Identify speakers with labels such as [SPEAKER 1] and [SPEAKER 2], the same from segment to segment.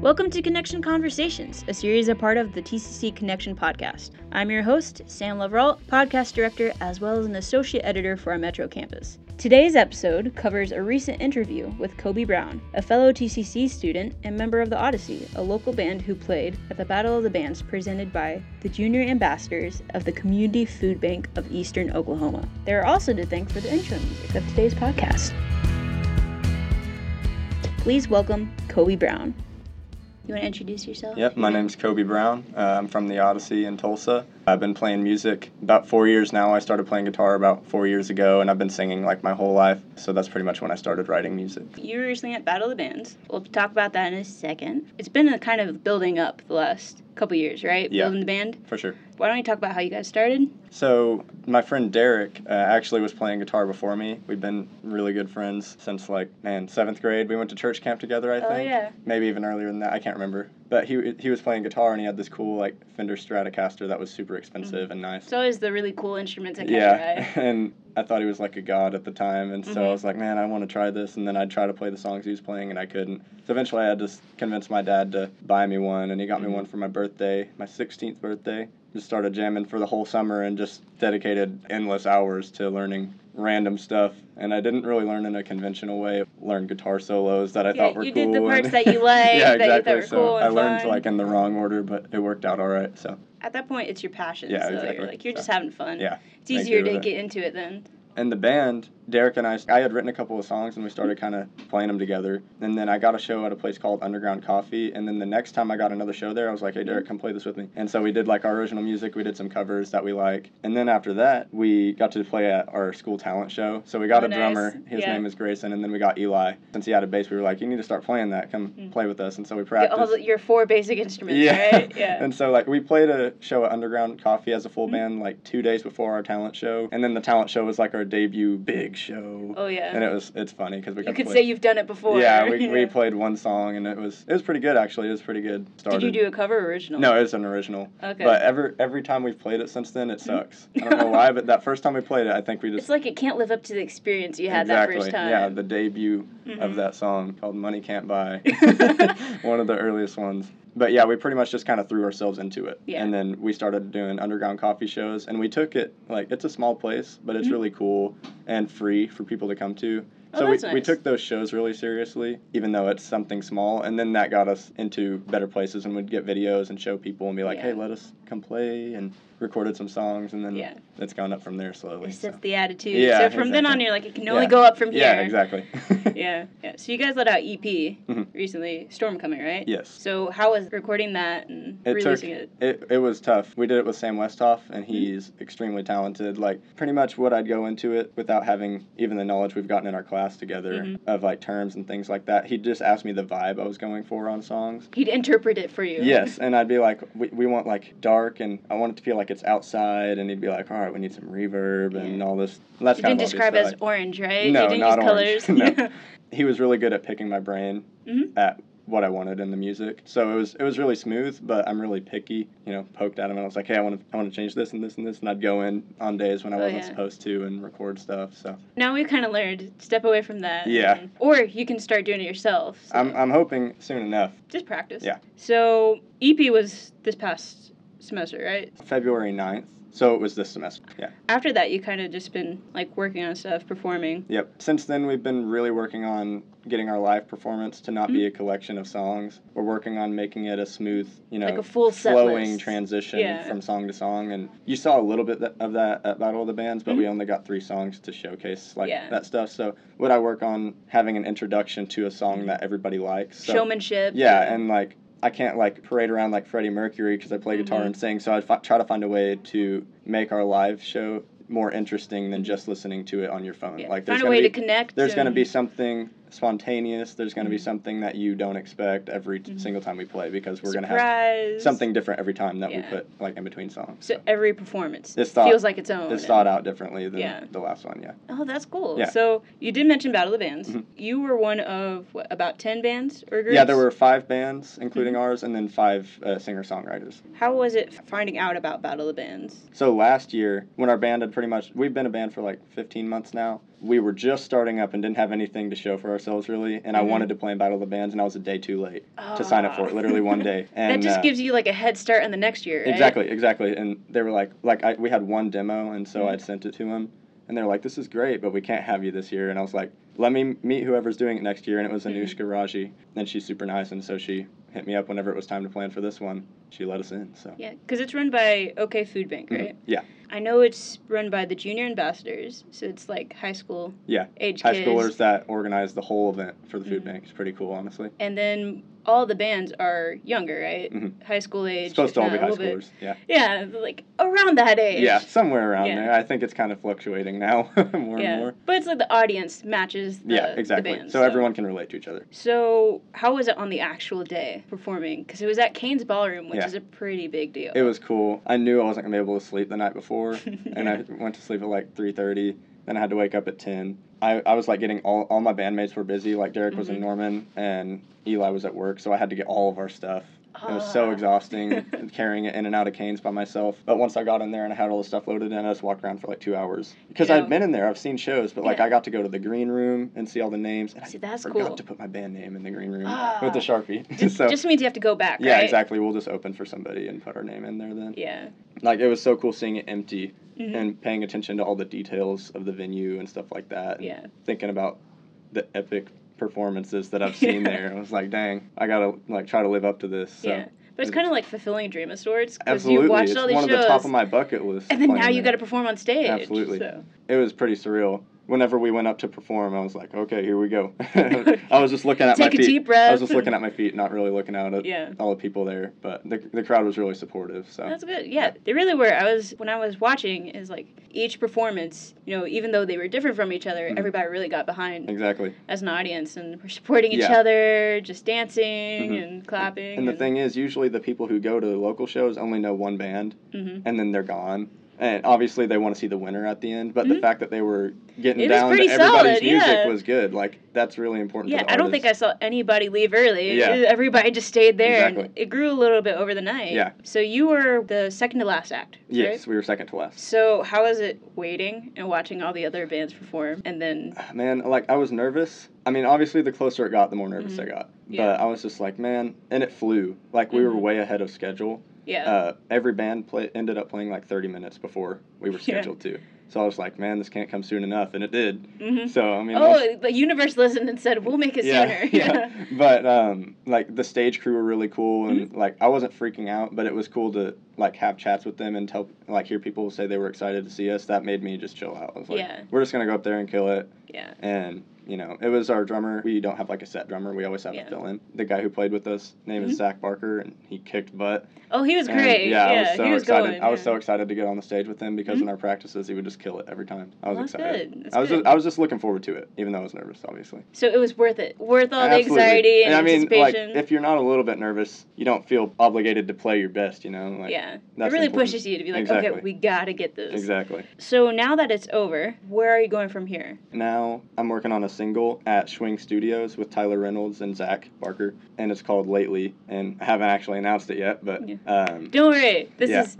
[SPEAKER 1] Welcome to Connection Conversations, a series a part of the TCC Connection podcast. I'm your host, Sam Leveralt, podcast director, as well as an associate editor for our Metro campus. Today's episode covers a recent interview with Kobe Brown, a fellow TCC student and member of the Odyssey, a local band who played at the Battle of the Bands presented by the junior ambassadors of the Community Food Bank of Eastern Oklahoma. They are also to thank for the intro music of today's podcast. Please welcome Kobe Brown. You want to introduce yourself?
[SPEAKER 2] Yep, my name's Kobe Brown. Uh, I'm from the Odyssey in Tulsa. I've been playing music about four years now. I started playing guitar about four years ago, and I've been singing like my whole life. So that's pretty much when I started writing music.
[SPEAKER 1] You were recently at Battle of the Bands. We'll talk about that in a second. It's been a kind of building up the last couple years, right?
[SPEAKER 2] Yeah.
[SPEAKER 1] Building the band.
[SPEAKER 2] For sure.
[SPEAKER 1] Why don't you talk about how you guys started?
[SPEAKER 2] So my friend Derek uh, actually was playing guitar before me. We've been really good friends since like man seventh grade. We went to church camp together, I
[SPEAKER 1] Oh,
[SPEAKER 2] think.
[SPEAKER 1] yeah.
[SPEAKER 2] Maybe even earlier than that. I can't remember. But he he was playing guitar and he had this cool like Fender Stratocaster that was super expensive
[SPEAKER 1] Mm-hmm.
[SPEAKER 2] and nice.
[SPEAKER 1] It's always the really cool instruments that catch your
[SPEAKER 2] yeah,
[SPEAKER 1] eye.
[SPEAKER 2] and I thought he was like a god at the time, and so
[SPEAKER 1] Mm-hmm.
[SPEAKER 2] I was like, man, I want to try this, and then I'd try to play the songs he was playing, and I couldn't. So eventually, I had to s- convince my dad to buy me one, and he got
[SPEAKER 1] Mm-hmm.
[SPEAKER 2] me one for my birthday, my 16th birthday. Just started jamming for the whole summer, and just dedicated endless hours to learning random stuff. And I didn't really learn in a conventional way. Learned guitar solos that I
[SPEAKER 1] Yeah,
[SPEAKER 2] thought were
[SPEAKER 1] you
[SPEAKER 2] cool.
[SPEAKER 1] did the
[SPEAKER 2] and-
[SPEAKER 1] parts that you liked,
[SPEAKER 2] yeah,
[SPEAKER 1] that you thought
[SPEAKER 2] exactly.
[SPEAKER 1] were
[SPEAKER 2] so
[SPEAKER 1] cool and
[SPEAKER 2] I learned
[SPEAKER 1] fun.
[SPEAKER 2] like in the wrong order, but it worked out all right. So
[SPEAKER 1] At that point, it's your passion.
[SPEAKER 2] Yeah,
[SPEAKER 1] so you're
[SPEAKER 2] exactly.
[SPEAKER 1] like, you're
[SPEAKER 2] So,
[SPEAKER 1] just having fun.
[SPEAKER 2] yeah,
[SPEAKER 1] It's
[SPEAKER 2] I agree
[SPEAKER 1] easier to
[SPEAKER 2] with that.
[SPEAKER 1] get into it then.
[SPEAKER 2] and the band, Derek and I, I had written a couple of songs and we started kind of playing them together. And then I got a show at a place called Underground Coffee. And then the next time I got another show there, I was like, hey, Derek, come play this with me. And so we did like our original music, we did some covers that we like. And then after that, we got to play at our school talent show. So we got
[SPEAKER 1] Oh,
[SPEAKER 2] a
[SPEAKER 1] nice.
[SPEAKER 2] drummer, his
[SPEAKER 1] Yeah.
[SPEAKER 2] name is Grayson. And then we got Eli. Since he had a bass, we were like, you need to start playing that. Come play with us. And so we
[SPEAKER 1] Mm. Get
[SPEAKER 2] practiced.
[SPEAKER 1] all the, your four basic instruments, right? Yeah. Mm-hmm.
[SPEAKER 2] And so like we played a show at Underground Coffee as a full band like two days before our talent show, and then the talent show was like our debut big show.
[SPEAKER 1] Oh, yeah.
[SPEAKER 2] And it was it's funny because we
[SPEAKER 1] you
[SPEAKER 2] got
[SPEAKER 1] could
[SPEAKER 2] to
[SPEAKER 1] say
[SPEAKER 2] play-
[SPEAKER 1] you've done it before.
[SPEAKER 2] yeah we, we played one song and it was it was pretty good actually it was pretty good.
[SPEAKER 1] Did
[SPEAKER 2] Started.
[SPEAKER 1] you do a cover or original?
[SPEAKER 2] No, it was an original.
[SPEAKER 1] Okay. Mm-hmm.
[SPEAKER 2] But every every time we've played it since then, it sucks. I don't know why, but that first time we played it, I think we just
[SPEAKER 1] It's like it can't live up to the experience you had
[SPEAKER 2] exactly
[SPEAKER 1] that first time. Mm-hmm.
[SPEAKER 2] yeah the debut of that song called "Money Can't Buy," one of the earliest ones. But yeah, we pretty much just kind of threw ourselves into it,
[SPEAKER 1] Yeah.
[SPEAKER 2] and then we started doing underground coffee shows, and we took it like it's a small place, but it's really cool and free for people to come to.
[SPEAKER 1] Mm-hmm. Oh,
[SPEAKER 2] So we,
[SPEAKER 1] that's
[SPEAKER 2] we
[SPEAKER 1] nice.
[SPEAKER 2] took those shows really seriously, even though it's something small. And then that got us into better places and would get videos and show people and be like,
[SPEAKER 1] Yeah.
[SPEAKER 2] hey, let us come play and recorded some songs. And then
[SPEAKER 1] Yeah.
[SPEAKER 2] it's gone up from there slowly.
[SPEAKER 1] It's
[SPEAKER 2] so.
[SPEAKER 1] just the attitude.
[SPEAKER 2] Yeah,
[SPEAKER 1] so from then
[SPEAKER 2] exactly.
[SPEAKER 1] on, you're like, it can only
[SPEAKER 2] Yeah.
[SPEAKER 1] go up from here.
[SPEAKER 2] Yeah, exactly.
[SPEAKER 1] Yeah, yeah. So you guys let out EP
[SPEAKER 2] Mhm.
[SPEAKER 1] recently, Storm Coming, right?
[SPEAKER 2] Yes.
[SPEAKER 1] So how was recording that and
[SPEAKER 2] It took,
[SPEAKER 1] releasing it? Mm-hmm.
[SPEAKER 2] it. it was tough. We did it with Sam Westhoff, and he's extremely talented. Like pretty much what I'd go into it without having even the knowledge we've gotten in our class together
[SPEAKER 1] Mm-hmm.
[SPEAKER 2] of like terms and things like that. He'd just ask me the vibe I was going for on songs.
[SPEAKER 1] He'd interpret it for you.
[SPEAKER 2] Yes, and I'd be like, we, we want like dark, and I want it to feel like it's outside, and he'd be like, all right, we need some reverb and
[SPEAKER 1] Yeah.
[SPEAKER 2] all this. And that's
[SPEAKER 1] You
[SPEAKER 2] kind
[SPEAKER 1] didn't
[SPEAKER 2] of
[SPEAKER 1] describe it
[SPEAKER 2] obvious,
[SPEAKER 1] as
[SPEAKER 2] but, like,
[SPEAKER 1] orange, right?
[SPEAKER 2] No,
[SPEAKER 1] you didn't
[SPEAKER 2] not
[SPEAKER 1] use
[SPEAKER 2] orange.
[SPEAKER 1] colors.
[SPEAKER 2] No. he was really good at picking my brain
[SPEAKER 1] Mhm.
[SPEAKER 2] at what I wanted in the music. So it was it was really smooth, but I'm really picky. You know, poked at him and I was like, hey, I want to I want to change this and this and this, and I'd go in on days when I
[SPEAKER 1] Oh,
[SPEAKER 2] wasn't
[SPEAKER 1] yeah.
[SPEAKER 2] supposed to and record stuff. So
[SPEAKER 1] now we've kind of learned. Step away from that.
[SPEAKER 2] Yeah.
[SPEAKER 1] and- or you can start doing it yourself. so
[SPEAKER 2] I'm I'm hoping soon enough,
[SPEAKER 1] just practice.
[SPEAKER 2] Yeah.
[SPEAKER 1] So EP was this past semester, right?
[SPEAKER 2] February 9th. So it was this semester. Yeah.
[SPEAKER 1] After that, you kind of just been like working on stuff, performing.
[SPEAKER 2] Yep. Since then, we've been really working on getting our live performance to not
[SPEAKER 1] Mm-hmm.
[SPEAKER 2] be a collection of songs. We're working on making it a smooth, you know,
[SPEAKER 1] Like a full set
[SPEAKER 2] Uh, flowing
[SPEAKER 1] list.
[SPEAKER 2] transition
[SPEAKER 1] Yeah.
[SPEAKER 2] from song to song. And you saw a little bit tha- of that at Battle of the Bands, but we only got three songs to showcase like
[SPEAKER 1] Mm-hmm. Yeah.
[SPEAKER 2] that stuff. So would I work on having an introduction to a song that everybody likes? So,
[SPEAKER 1] Showmanship.
[SPEAKER 2] Yeah, and like. I can't like parade around like Freddie Mercury because I play
[SPEAKER 1] Mm-hmm.
[SPEAKER 2] guitar and sing. So I fi- try to find a way to make our live show more interesting than just listening to it on your phone.
[SPEAKER 1] Mm-hmm. Yeah.
[SPEAKER 2] Like there's
[SPEAKER 1] find a
[SPEAKER 2] gonna
[SPEAKER 1] way
[SPEAKER 2] be,
[SPEAKER 1] to connect.
[SPEAKER 2] there's going to
[SPEAKER 1] and-
[SPEAKER 2] be something spontaneous. There's going to be
[SPEAKER 1] Mm-hmm.
[SPEAKER 2] something that you don't expect every t- single time we play because we're going to have
[SPEAKER 1] Surprise.
[SPEAKER 2] something different every time that we
[SPEAKER 1] Yeah.
[SPEAKER 2] put like in between songs.
[SPEAKER 1] So every performance
[SPEAKER 2] It's thought-
[SPEAKER 1] feels like its own.
[SPEAKER 2] it's thought out differently than
[SPEAKER 1] Yeah.
[SPEAKER 2] the last one. Yeah,
[SPEAKER 1] Oh, that's cool.
[SPEAKER 2] Yeah. Mm-hmm.
[SPEAKER 1] So you did mention Battle of the Bands. You were one of what, about ten bands or groups. Mhm.
[SPEAKER 2] yeah. There were five bands, including ours, and then five uh, singer songwriters.
[SPEAKER 1] How was it finding out about Battle of the Bands?
[SPEAKER 2] So last year, when our band had pretty much, we've been a band for like 15 months now. we were just starting up and didn't have anything to show for ourselves really, and
[SPEAKER 1] Mm-hmm.
[SPEAKER 2] I wanted to play in Battle of the Bands, and I was a day too late to sign up for it,
[SPEAKER 1] Ah.
[SPEAKER 2] literally one day.
[SPEAKER 1] That
[SPEAKER 2] And
[SPEAKER 1] just
[SPEAKER 2] uh,
[SPEAKER 1] gives you like a head start on the next year, right?
[SPEAKER 2] Exactly, exactly. And they were like, like I, we had one demo, and so
[SPEAKER 1] Mm.
[SPEAKER 2] I'd sent it to them, and they're like, this is great, but we can't have you this year. And I was like, let me meet whoever's doing it next year. And it was Anushka
[SPEAKER 1] Mm.
[SPEAKER 2] Raji, and she's super nice, and so she hit me up whenever it was time to plan for this one. She let us in, so.
[SPEAKER 1] Yeah, because it's run by OK Food Bank,
[SPEAKER 2] Mhm.
[SPEAKER 1] right?
[SPEAKER 2] Yeah.
[SPEAKER 1] I know it's run by the junior ambassadors, so it's like high school.
[SPEAKER 2] Yeah.
[SPEAKER 1] Age
[SPEAKER 2] High
[SPEAKER 1] kids.
[SPEAKER 2] schoolers that organized the whole event for the food
[SPEAKER 1] Mhm.
[SPEAKER 2] bank. It's pretty cool, honestly.
[SPEAKER 1] And then all the bands are younger, right?
[SPEAKER 2] Mhm.
[SPEAKER 1] High school age.
[SPEAKER 2] It's supposed
[SPEAKER 1] if
[SPEAKER 2] to all
[SPEAKER 1] not
[SPEAKER 2] be
[SPEAKER 1] a
[SPEAKER 2] high
[SPEAKER 1] little bit-
[SPEAKER 2] schoolers. Yeah.
[SPEAKER 1] Yeah, like around that age.
[SPEAKER 2] Yeah, somewhere around
[SPEAKER 1] Yeah.
[SPEAKER 2] there. I think it's kind of fluctuating now more
[SPEAKER 1] yeah.
[SPEAKER 2] and more.
[SPEAKER 1] But it's like the audience matches the,
[SPEAKER 2] yeah, exactly.
[SPEAKER 1] the band.
[SPEAKER 2] so everyone can relate to each other.
[SPEAKER 1] So how was it on the actual day performing? Because it was at Kane's Ballroom, which
[SPEAKER 2] Yeah.
[SPEAKER 1] is a pretty big deal.
[SPEAKER 2] It was cool. I knew I wasn't gonna be able to sleep the night before, and I went to sleep at like three thirty. Then I had to wake up at ten. I, I was like getting all, all my bandmates were busy. Like Derek was
[SPEAKER 1] Mm-hmm.
[SPEAKER 2] in Norman and Eli was at work, so I had to get all of our stuff. It was so
[SPEAKER 1] Ah.
[SPEAKER 2] exhausting carrying it in and out of canes by myself. But once I got in there and I had all the stuff loaded in, I just walked around for like two hours because
[SPEAKER 1] Yeah.
[SPEAKER 2] I'd been in there. I've seen shows, but like
[SPEAKER 1] Yeah.
[SPEAKER 2] I got to go to the green room and see all the names. And
[SPEAKER 1] See,
[SPEAKER 2] I
[SPEAKER 1] that's
[SPEAKER 2] forgot
[SPEAKER 1] cool.
[SPEAKER 2] to put my band name in the green room
[SPEAKER 1] Ah.
[SPEAKER 2] with the sharpie.
[SPEAKER 1] Just,
[SPEAKER 2] so
[SPEAKER 1] just means you have to go back,
[SPEAKER 2] yeah,
[SPEAKER 1] right?
[SPEAKER 2] exactly. We'll just open for somebody and put our name in there then
[SPEAKER 1] Yeah.
[SPEAKER 2] like it was so cool seeing it empty
[SPEAKER 1] Mhm.
[SPEAKER 2] and paying attention to all the details of the venue and stuff like that and
[SPEAKER 1] Yeah.
[SPEAKER 2] thinking about the epic performances that i've seen
[SPEAKER 1] Yeah.
[SPEAKER 2] there i was like dang i gotta like try to live up to this so
[SPEAKER 1] yeah. But it's kind of like fulfilling a dream of sorts because
[SPEAKER 2] absolutely
[SPEAKER 1] you watched
[SPEAKER 2] it's
[SPEAKER 1] all these
[SPEAKER 2] one
[SPEAKER 1] shows,
[SPEAKER 2] of the top of my bucket list
[SPEAKER 1] and then
[SPEAKER 2] playing
[SPEAKER 1] now you got
[SPEAKER 2] there.
[SPEAKER 1] to perform on stage.
[SPEAKER 2] Absolutely.
[SPEAKER 1] So.
[SPEAKER 2] it was pretty surreal whenever we went up to perform i was like okay here we go i was just looking at my
[SPEAKER 1] Take a
[SPEAKER 2] feet
[SPEAKER 1] deep
[SPEAKER 2] i
[SPEAKER 1] breath.
[SPEAKER 2] was just looking at my feet not really looking out at
[SPEAKER 1] Yeah.
[SPEAKER 2] all the people there but the, the crowd was really supportive so
[SPEAKER 1] That's good. Yeah, they really were. I was when I was watching is like each performance, you know, even though they were different from each other,
[SPEAKER 2] Mhm.
[SPEAKER 1] everybody really got behind
[SPEAKER 2] exactly
[SPEAKER 1] as an audience and were supporting each
[SPEAKER 2] Yeah.
[SPEAKER 1] other, just dancing
[SPEAKER 2] Mhm.
[SPEAKER 1] and clapping.
[SPEAKER 2] and the thing is usually the people who go to local shows only know one band
[SPEAKER 1] Mhm.
[SPEAKER 2] and then they're gone. And obviously, they want to see the winner at the end. But the
[SPEAKER 1] Mhm.
[SPEAKER 2] fact that they were getting
[SPEAKER 1] It was
[SPEAKER 2] down to
[SPEAKER 1] pretty
[SPEAKER 2] everybody's
[SPEAKER 1] solid,
[SPEAKER 2] music
[SPEAKER 1] yeah.
[SPEAKER 2] was good. Like that's really important.
[SPEAKER 1] Yeah,
[SPEAKER 2] to the
[SPEAKER 1] I don't think I
[SPEAKER 2] artist.
[SPEAKER 1] saw anybody leave early.
[SPEAKER 2] Yeah.
[SPEAKER 1] Everybody just stayed there. And
[SPEAKER 2] Exactly.
[SPEAKER 1] it grew a little bit over the night.
[SPEAKER 2] Yeah.
[SPEAKER 1] So you were the second to last act,
[SPEAKER 2] Yes,
[SPEAKER 1] right?
[SPEAKER 2] we were second to last.
[SPEAKER 1] So how was it waiting and watching all the other bands perform and then
[SPEAKER 2] Man, like I was nervous. I mean, obviously, the closer it got, the more nervous I got.
[SPEAKER 1] Mm-hmm. Yeah.
[SPEAKER 2] But I was just like, man, and it flew. Like we were
[SPEAKER 1] Mhm.
[SPEAKER 2] way ahead of schedule.
[SPEAKER 1] yeah.
[SPEAKER 2] Uh, every band play, ended up playing like 30 minutes before we were
[SPEAKER 1] Yeah.
[SPEAKER 2] scheduled to. So I was like, man, this can't come soon enough, and it did.
[SPEAKER 1] hmm
[SPEAKER 2] So I mean, once-
[SPEAKER 1] Oh, the universe listened and said, "We'll make it sooner."
[SPEAKER 2] But um, like the stage crew were really cool, and
[SPEAKER 1] Mm-hmm.
[SPEAKER 2] like I wasn't freaking out, but it was cool to like have chats with them and tell like hear people say they were excited to see us. That made me just chill out. I was like,
[SPEAKER 1] Yeah.
[SPEAKER 2] we're just gonna go up there and kill it.
[SPEAKER 1] Yeah.
[SPEAKER 2] And you know, it was our drummer. We don't have like a set drummer. We always have
[SPEAKER 1] Yeah.
[SPEAKER 2] a fill in. The guy who played with us name is Zach Barker, and he kicked butt.
[SPEAKER 1] Oh, he was
[SPEAKER 2] And,
[SPEAKER 1] great.
[SPEAKER 2] yeah,
[SPEAKER 1] yeah,
[SPEAKER 2] I was so
[SPEAKER 1] he was
[SPEAKER 2] excited.
[SPEAKER 1] going.
[SPEAKER 2] I was
[SPEAKER 1] yeah.
[SPEAKER 2] so excited to get on the stage with him because
[SPEAKER 1] Mhm.
[SPEAKER 2] in our practices he would just kill it every time. I was
[SPEAKER 1] Well, that's
[SPEAKER 2] excited.
[SPEAKER 1] good. That's
[SPEAKER 2] I was
[SPEAKER 1] good.
[SPEAKER 2] Just, I was just looking forward to it, even though I was nervous, obviously.
[SPEAKER 1] So it was worth it. Worth all
[SPEAKER 2] Absolutely.
[SPEAKER 1] the anxiety and,
[SPEAKER 2] I mean, like,
[SPEAKER 1] anticipation.
[SPEAKER 2] if you're not a little bit nervous, you don't feel obligated to play your best, you know? Like,
[SPEAKER 1] yeah, it
[SPEAKER 2] that's
[SPEAKER 1] really
[SPEAKER 2] important.
[SPEAKER 1] pushes you to be like, okay,
[SPEAKER 2] Exactly.
[SPEAKER 1] we gotta get this.
[SPEAKER 2] Exactly.
[SPEAKER 1] So now that it's over, where are you going from here?
[SPEAKER 2] Now I'm working on a single at Schwing Studios with Tyler Reynolds and Zach Barker, and it's called Lately, and I haven't actually announced it yet, but.
[SPEAKER 1] Yeah.
[SPEAKER 2] Um,
[SPEAKER 1] Don't worry, this
[SPEAKER 2] yeah.
[SPEAKER 1] is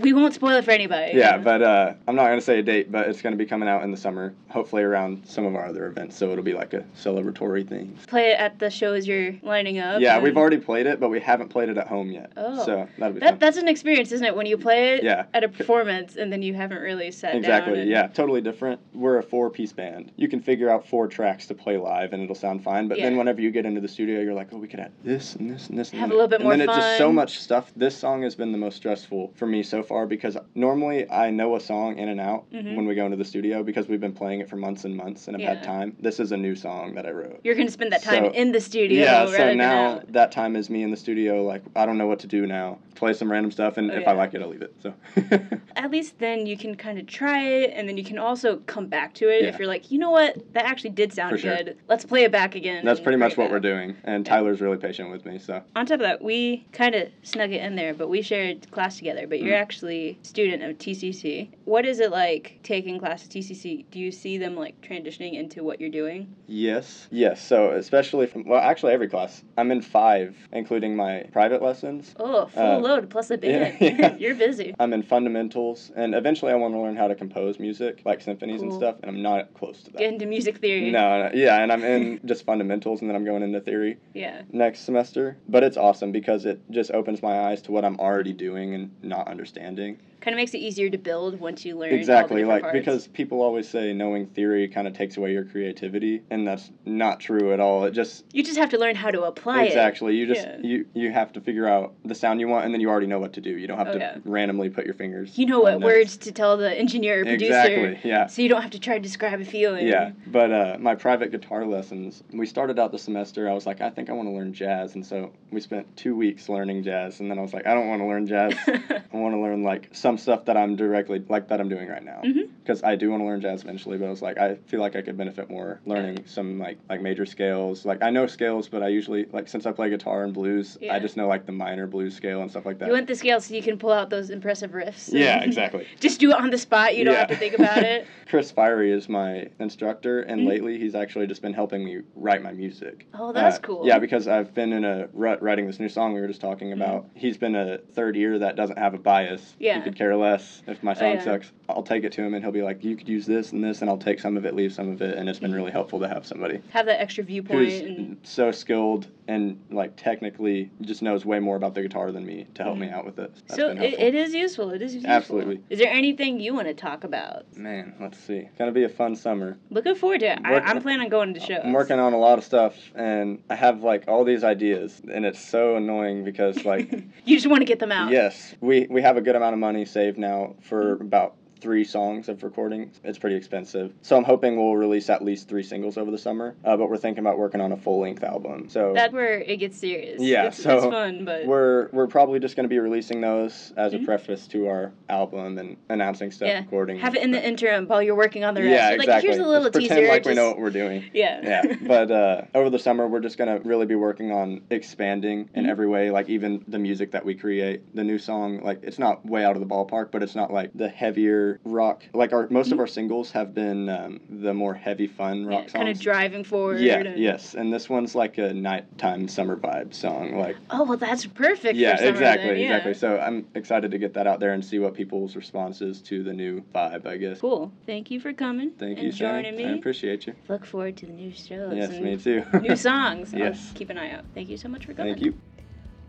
[SPEAKER 1] we won't spoil it for anybody.
[SPEAKER 2] yeah, but uh, I'm not going to say a date, but it's going to be coming out in the summer, hopefully around some of our other events, so it'll be like a celebratory thing.
[SPEAKER 1] play it at the shows you're lining up.
[SPEAKER 2] Yeah,
[SPEAKER 1] and-
[SPEAKER 2] we've already played it, but we haven't played it at home yet.
[SPEAKER 1] Oh.
[SPEAKER 2] So that'll be fun.
[SPEAKER 1] That, that's an experience, isn't it? When you play it
[SPEAKER 2] Yeah.
[SPEAKER 1] at a performance and then you haven't really sat down.
[SPEAKER 2] Exactly.
[SPEAKER 1] and-
[SPEAKER 2] Yeah, totally different. We're a four-piece band. You can figure out four tracks to play live, and it'll sound fine. But then
[SPEAKER 1] Yeah.
[SPEAKER 2] whenever you get into the studio, you're like, oh, we could add this and this and this. and
[SPEAKER 1] Have a
[SPEAKER 2] that."
[SPEAKER 1] little bit more
[SPEAKER 2] And then it's just so
[SPEAKER 1] fun.
[SPEAKER 2] much stuff. This song has been the most stressful for me so far because normally I know a song in and out
[SPEAKER 1] Mhm.
[SPEAKER 2] when we go into the studio because we've been playing it for months and months and I've had
[SPEAKER 1] Yeah.
[SPEAKER 2] time. This is a new song that I wrote.
[SPEAKER 1] You're gonna spend that time
[SPEAKER 2] So-
[SPEAKER 1] in the studio.
[SPEAKER 2] yeah,
[SPEAKER 1] rather
[SPEAKER 2] so
[SPEAKER 1] than
[SPEAKER 2] now
[SPEAKER 1] out.
[SPEAKER 2] that time is me in the studio. Like I don't know what to do now. Play some random stuff, and
[SPEAKER 1] Oh,
[SPEAKER 2] if
[SPEAKER 1] yeah.
[SPEAKER 2] I like it, I'll leave it. So
[SPEAKER 1] at least then you can kind of try it and then you can also come back to it if
[SPEAKER 2] Yeah.
[SPEAKER 1] you're like you know what that actually actually did sound
[SPEAKER 2] For sure.
[SPEAKER 1] good. Let's play it back again.
[SPEAKER 2] And that's
[SPEAKER 1] and
[SPEAKER 2] pretty much
[SPEAKER 1] play
[SPEAKER 2] what
[SPEAKER 1] it
[SPEAKER 2] we're
[SPEAKER 1] back."
[SPEAKER 2] doing. And Tyler's really patient with me, so
[SPEAKER 1] On top of that, we kind of snug it in there, but we shared class together. But you're
[SPEAKER 2] Mhm.
[SPEAKER 1] actually student of TCC. What is it like taking class at TCC? Do you see them like transitioning into what you're doing?
[SPEAKER 2] Yes. Yes. So especially from well, actually every class. I'm in five, including my private lessons.
[SPEAKER 1] Oh, full
[SPEAKER 2] Uh,
[SPEAKER 1] load plus a
[SPEAKER 2] yeah,
[SPEAKER 1] band.
[SPEAKER 2] yeah.
[SPEAKER 1] you're busy.
[SPEAKER 2] I'm in fundamentals, and eventually I want to learn how to compose music, like symphonies and
[SPEAKER 1] Cool.
[SPEAKER 2] stuff. And I'm not close to that.
[SPEAKER 1] Get into music theory.
[SPEAKER 2] No, no, yeah, and I'm in just fundamentals, and then I'm going into theory
[SPEAKER 1] Yeah.
[SPEAKER 2] next semester. But it's awesome because it just opens my eyes to what I'm already doing and not understanding.
[SPEAKER 1] Kind of makes it easier to build once you learn. all the
[SPEAKER 2] exactly,
[SPEAKER 1] different
[SPEAKER 2] like
[SPEAKER 1] parts.
[SPEAKER 2] because people always say knowing theory kind of takes away your creativity, and that's not true at all. It just
[SPEAKER 1] you just have to learn how to apply it.
[SPEAKER 2] exactly you just
[SPEAKER 1] Yeah.
[SPEAKER 2] you you have to figure out the sound you want, and then you already know what to do. You don't have
[SPEAKER 1] Oh,
[SPEAKER 2] to
[SPEAKER 1] yeah.
[SPEAKER 2] randomly put your fingers.
[SPEAKER 1] You know what
[SPEAKER 2] on notes.
[SPEAKER 1] words to tell the engineer or producer.
[SPEAKER 2] Exactly. Yeah.
[SPEAKER 1] So you don't have to try to describe a feeling.
[SPEAKER 2] Yeah, but uh, my private guitar lessons, we started out the semester. I was like, I think I want to learn jazz. And so we spent two weeks learning jazz. And then I was like, I don't want to learn jazz. I want to learn like some stuff that I'm directly, like that I'm doing right now.
[SPEAKER 1] Mhm.
[SPEAKER 2] Because I do want to learn jazz eventually, but I was like, I feel like I could benefit more learning some like like major scales. Like I know scales, but I usually, like since I play guitar and blues,
[SPEAKER 1] Yeah.
[SPEAKER 2] I just know like the minor blues scale and stuff like that.
[SPEAKER 1] You want the scale so you can pull out those impressive riffs.
[SPEAKER 2] yeah, exactly.
[SPEAKER 1] Just do it on the spot. You don't have to
[SPEAKER 2] Yeah.
[SPEAKER 1] think about it.
[SPEAKER 2] Chris Fiery is my instructor, and
[SPEAKER 1] Mhm.
[SPEAKER 2] lately he's actually just been helping me write my music.
[SPEAKER 1] Oh, that's
[SPEAKER 2] Uh,
[SPEAKER 1] cool. Mm-hmm.
[SPEAKER 2] Yeah, because I've been in a rut writing this new song we were just talking about. He's been a third year that doesn't have a bias.
[SPEAKER 1] Yeah. Oh,
[SPEAKER 2] He could care less if my song
[SPEAKER 1] yeah.
[SPEAKER 2] sucks. I'll take it to him and he'll be like, you could use this and this, and I'll take some of it, leave some of it. And it's been really helpful to have somebody
[SPEAKER 1] Have that extra viewpoint.
[SPEAKER 2] who's
[SPEAKER 1] Mm-hmm. And
[SPEAKER 2] so skilled and like technically just knows way more about the guitar than me to help me out with it. That's
[SPEAKER 1] Mm-hmm. so
[SPEAKER 2] been
[SPEAKER 1] it,
[SPEAKER 2] helpful.
[SPEAKER 1] it is useful. It is useful.
[SPEAKER 2] Absolutely.
[SPEAKER 1] Is there anything you want to talk about?
[SPEAKER 2] Man, let's see. It's gonna be a fun summer.
[SPEAKER 1] Looking forward to it. I,
[SPEAKER 2] Working-
[SPEAKER 1] I'm planning on going to shows.
[SPEAKER 2] I'm working on a lot of stuff, and I have like all these ideas, and it's so annoying because like
[SPEAKER 1] you just want to get them out. Mm-hmm.
[SPEAKER 2] Yes, we we have a good amount of money saved now for about three songs of recording. It's pretty expensive, so I'm hoping we'll release at least three singles over the summer. Uh, but we're thinking about working on a full length album. So
[SPEAKER 1] That's where it gets serious.
[SPEAKER 2] Yeah,
[SPEAKER 1] It's,
[SPEAKER 2] so
[SPEAKER 1] it's fun, but
[SPEAKER 2] we're we're probably just going to be releasing those as
[SPEAKER 1] Mhm.
[SPEAKER 2] a preface to our album and announcing stuff,
[SPEAKER 1] Yeah,
[SPEAKER 2] recording.
[SPEAKER 1] have it in the interim while you're working on the rest.
[SPEAKER 2] yeah,
[SPEAKER 1] You're
[SPEAKER 2] exactly.
[SPEAKER 1] Like here's a
[SPEAKER 2] Just
[SPEAKER 1] little
[SPEAKER 2] pretend
[SPEAKER 1] teaser.
[SPEAKER 2] like we
[SPEAKER 1] just-
[SPEAKER 2] know what we're doing.
[SPEAKER 1] Yeah.
[SPEAKER 2] yeah but uh, over the summer we're just gonna really be working on expanding in
[SPEAKER 1] Mhm.
[SPEAKER 2] every way like even the music that we create the new song like it's not way out of the ballpark but it's not like the heavier rock like our most
[SPEAKER 1] Mm-hmm.
[SPEAKER 2] of our singles have been um, the more heavy fun rock songs
[SPEAKER 1] kind of driving forward.
[SPEAKER 2] yeah
[SPEAKER 1] and-
[SPEAKER 2] yes and this one's like a nighttime summer vibe song like
[SPEAKER 1] Oh well, that's perfect.
[SPEAKER 2] yeah
[SPEAKER 1] for summer
[SPEAKER 2] exactly
[SPEAKER 1] then, yeah.
[SPEAKER 2] exactly so i'm excited to get that out there and see what people's responses to the new vibe i guess
[SPEAKER 1] Cool. Thank you for coming.
[SPEAKER 2] thank
[SPEAKER 1] and
[SPEAKER 2] you Shannon.
[SPEAKER 1] joining
[SPEAKER 2] i
[SPEAKER 1] me.
[SPEAKER 2] appreciate you
[SPEAKER 1] Look forward to the new shows.
[SPEAKER 2] yes
[SPEAKER 1] and
[SPEAKER 2] me too
[SPEAKER 1] New songs. I'll
[SPEAKER 2] Yes.
[SPEAKER 1] keep an eye out. Thank you so much for coming.
[SPEAKER 2] thank you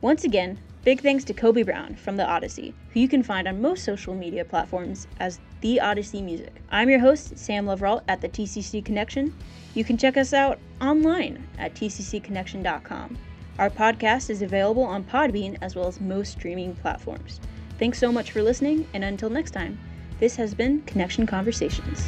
[SPEAKER 1] Once again, big thanks to Kobe Brown from The Odyssey, who you can find on most social media platforms as The Odyssey Music. I'm your host, Sam Loverault at the TCC Connection. You can check us out online at tccconnection.com. Our podcast is available on Podbean as well as most streaming platforms. Thanks so much for listening, and until next time, this has been Connection Conversations.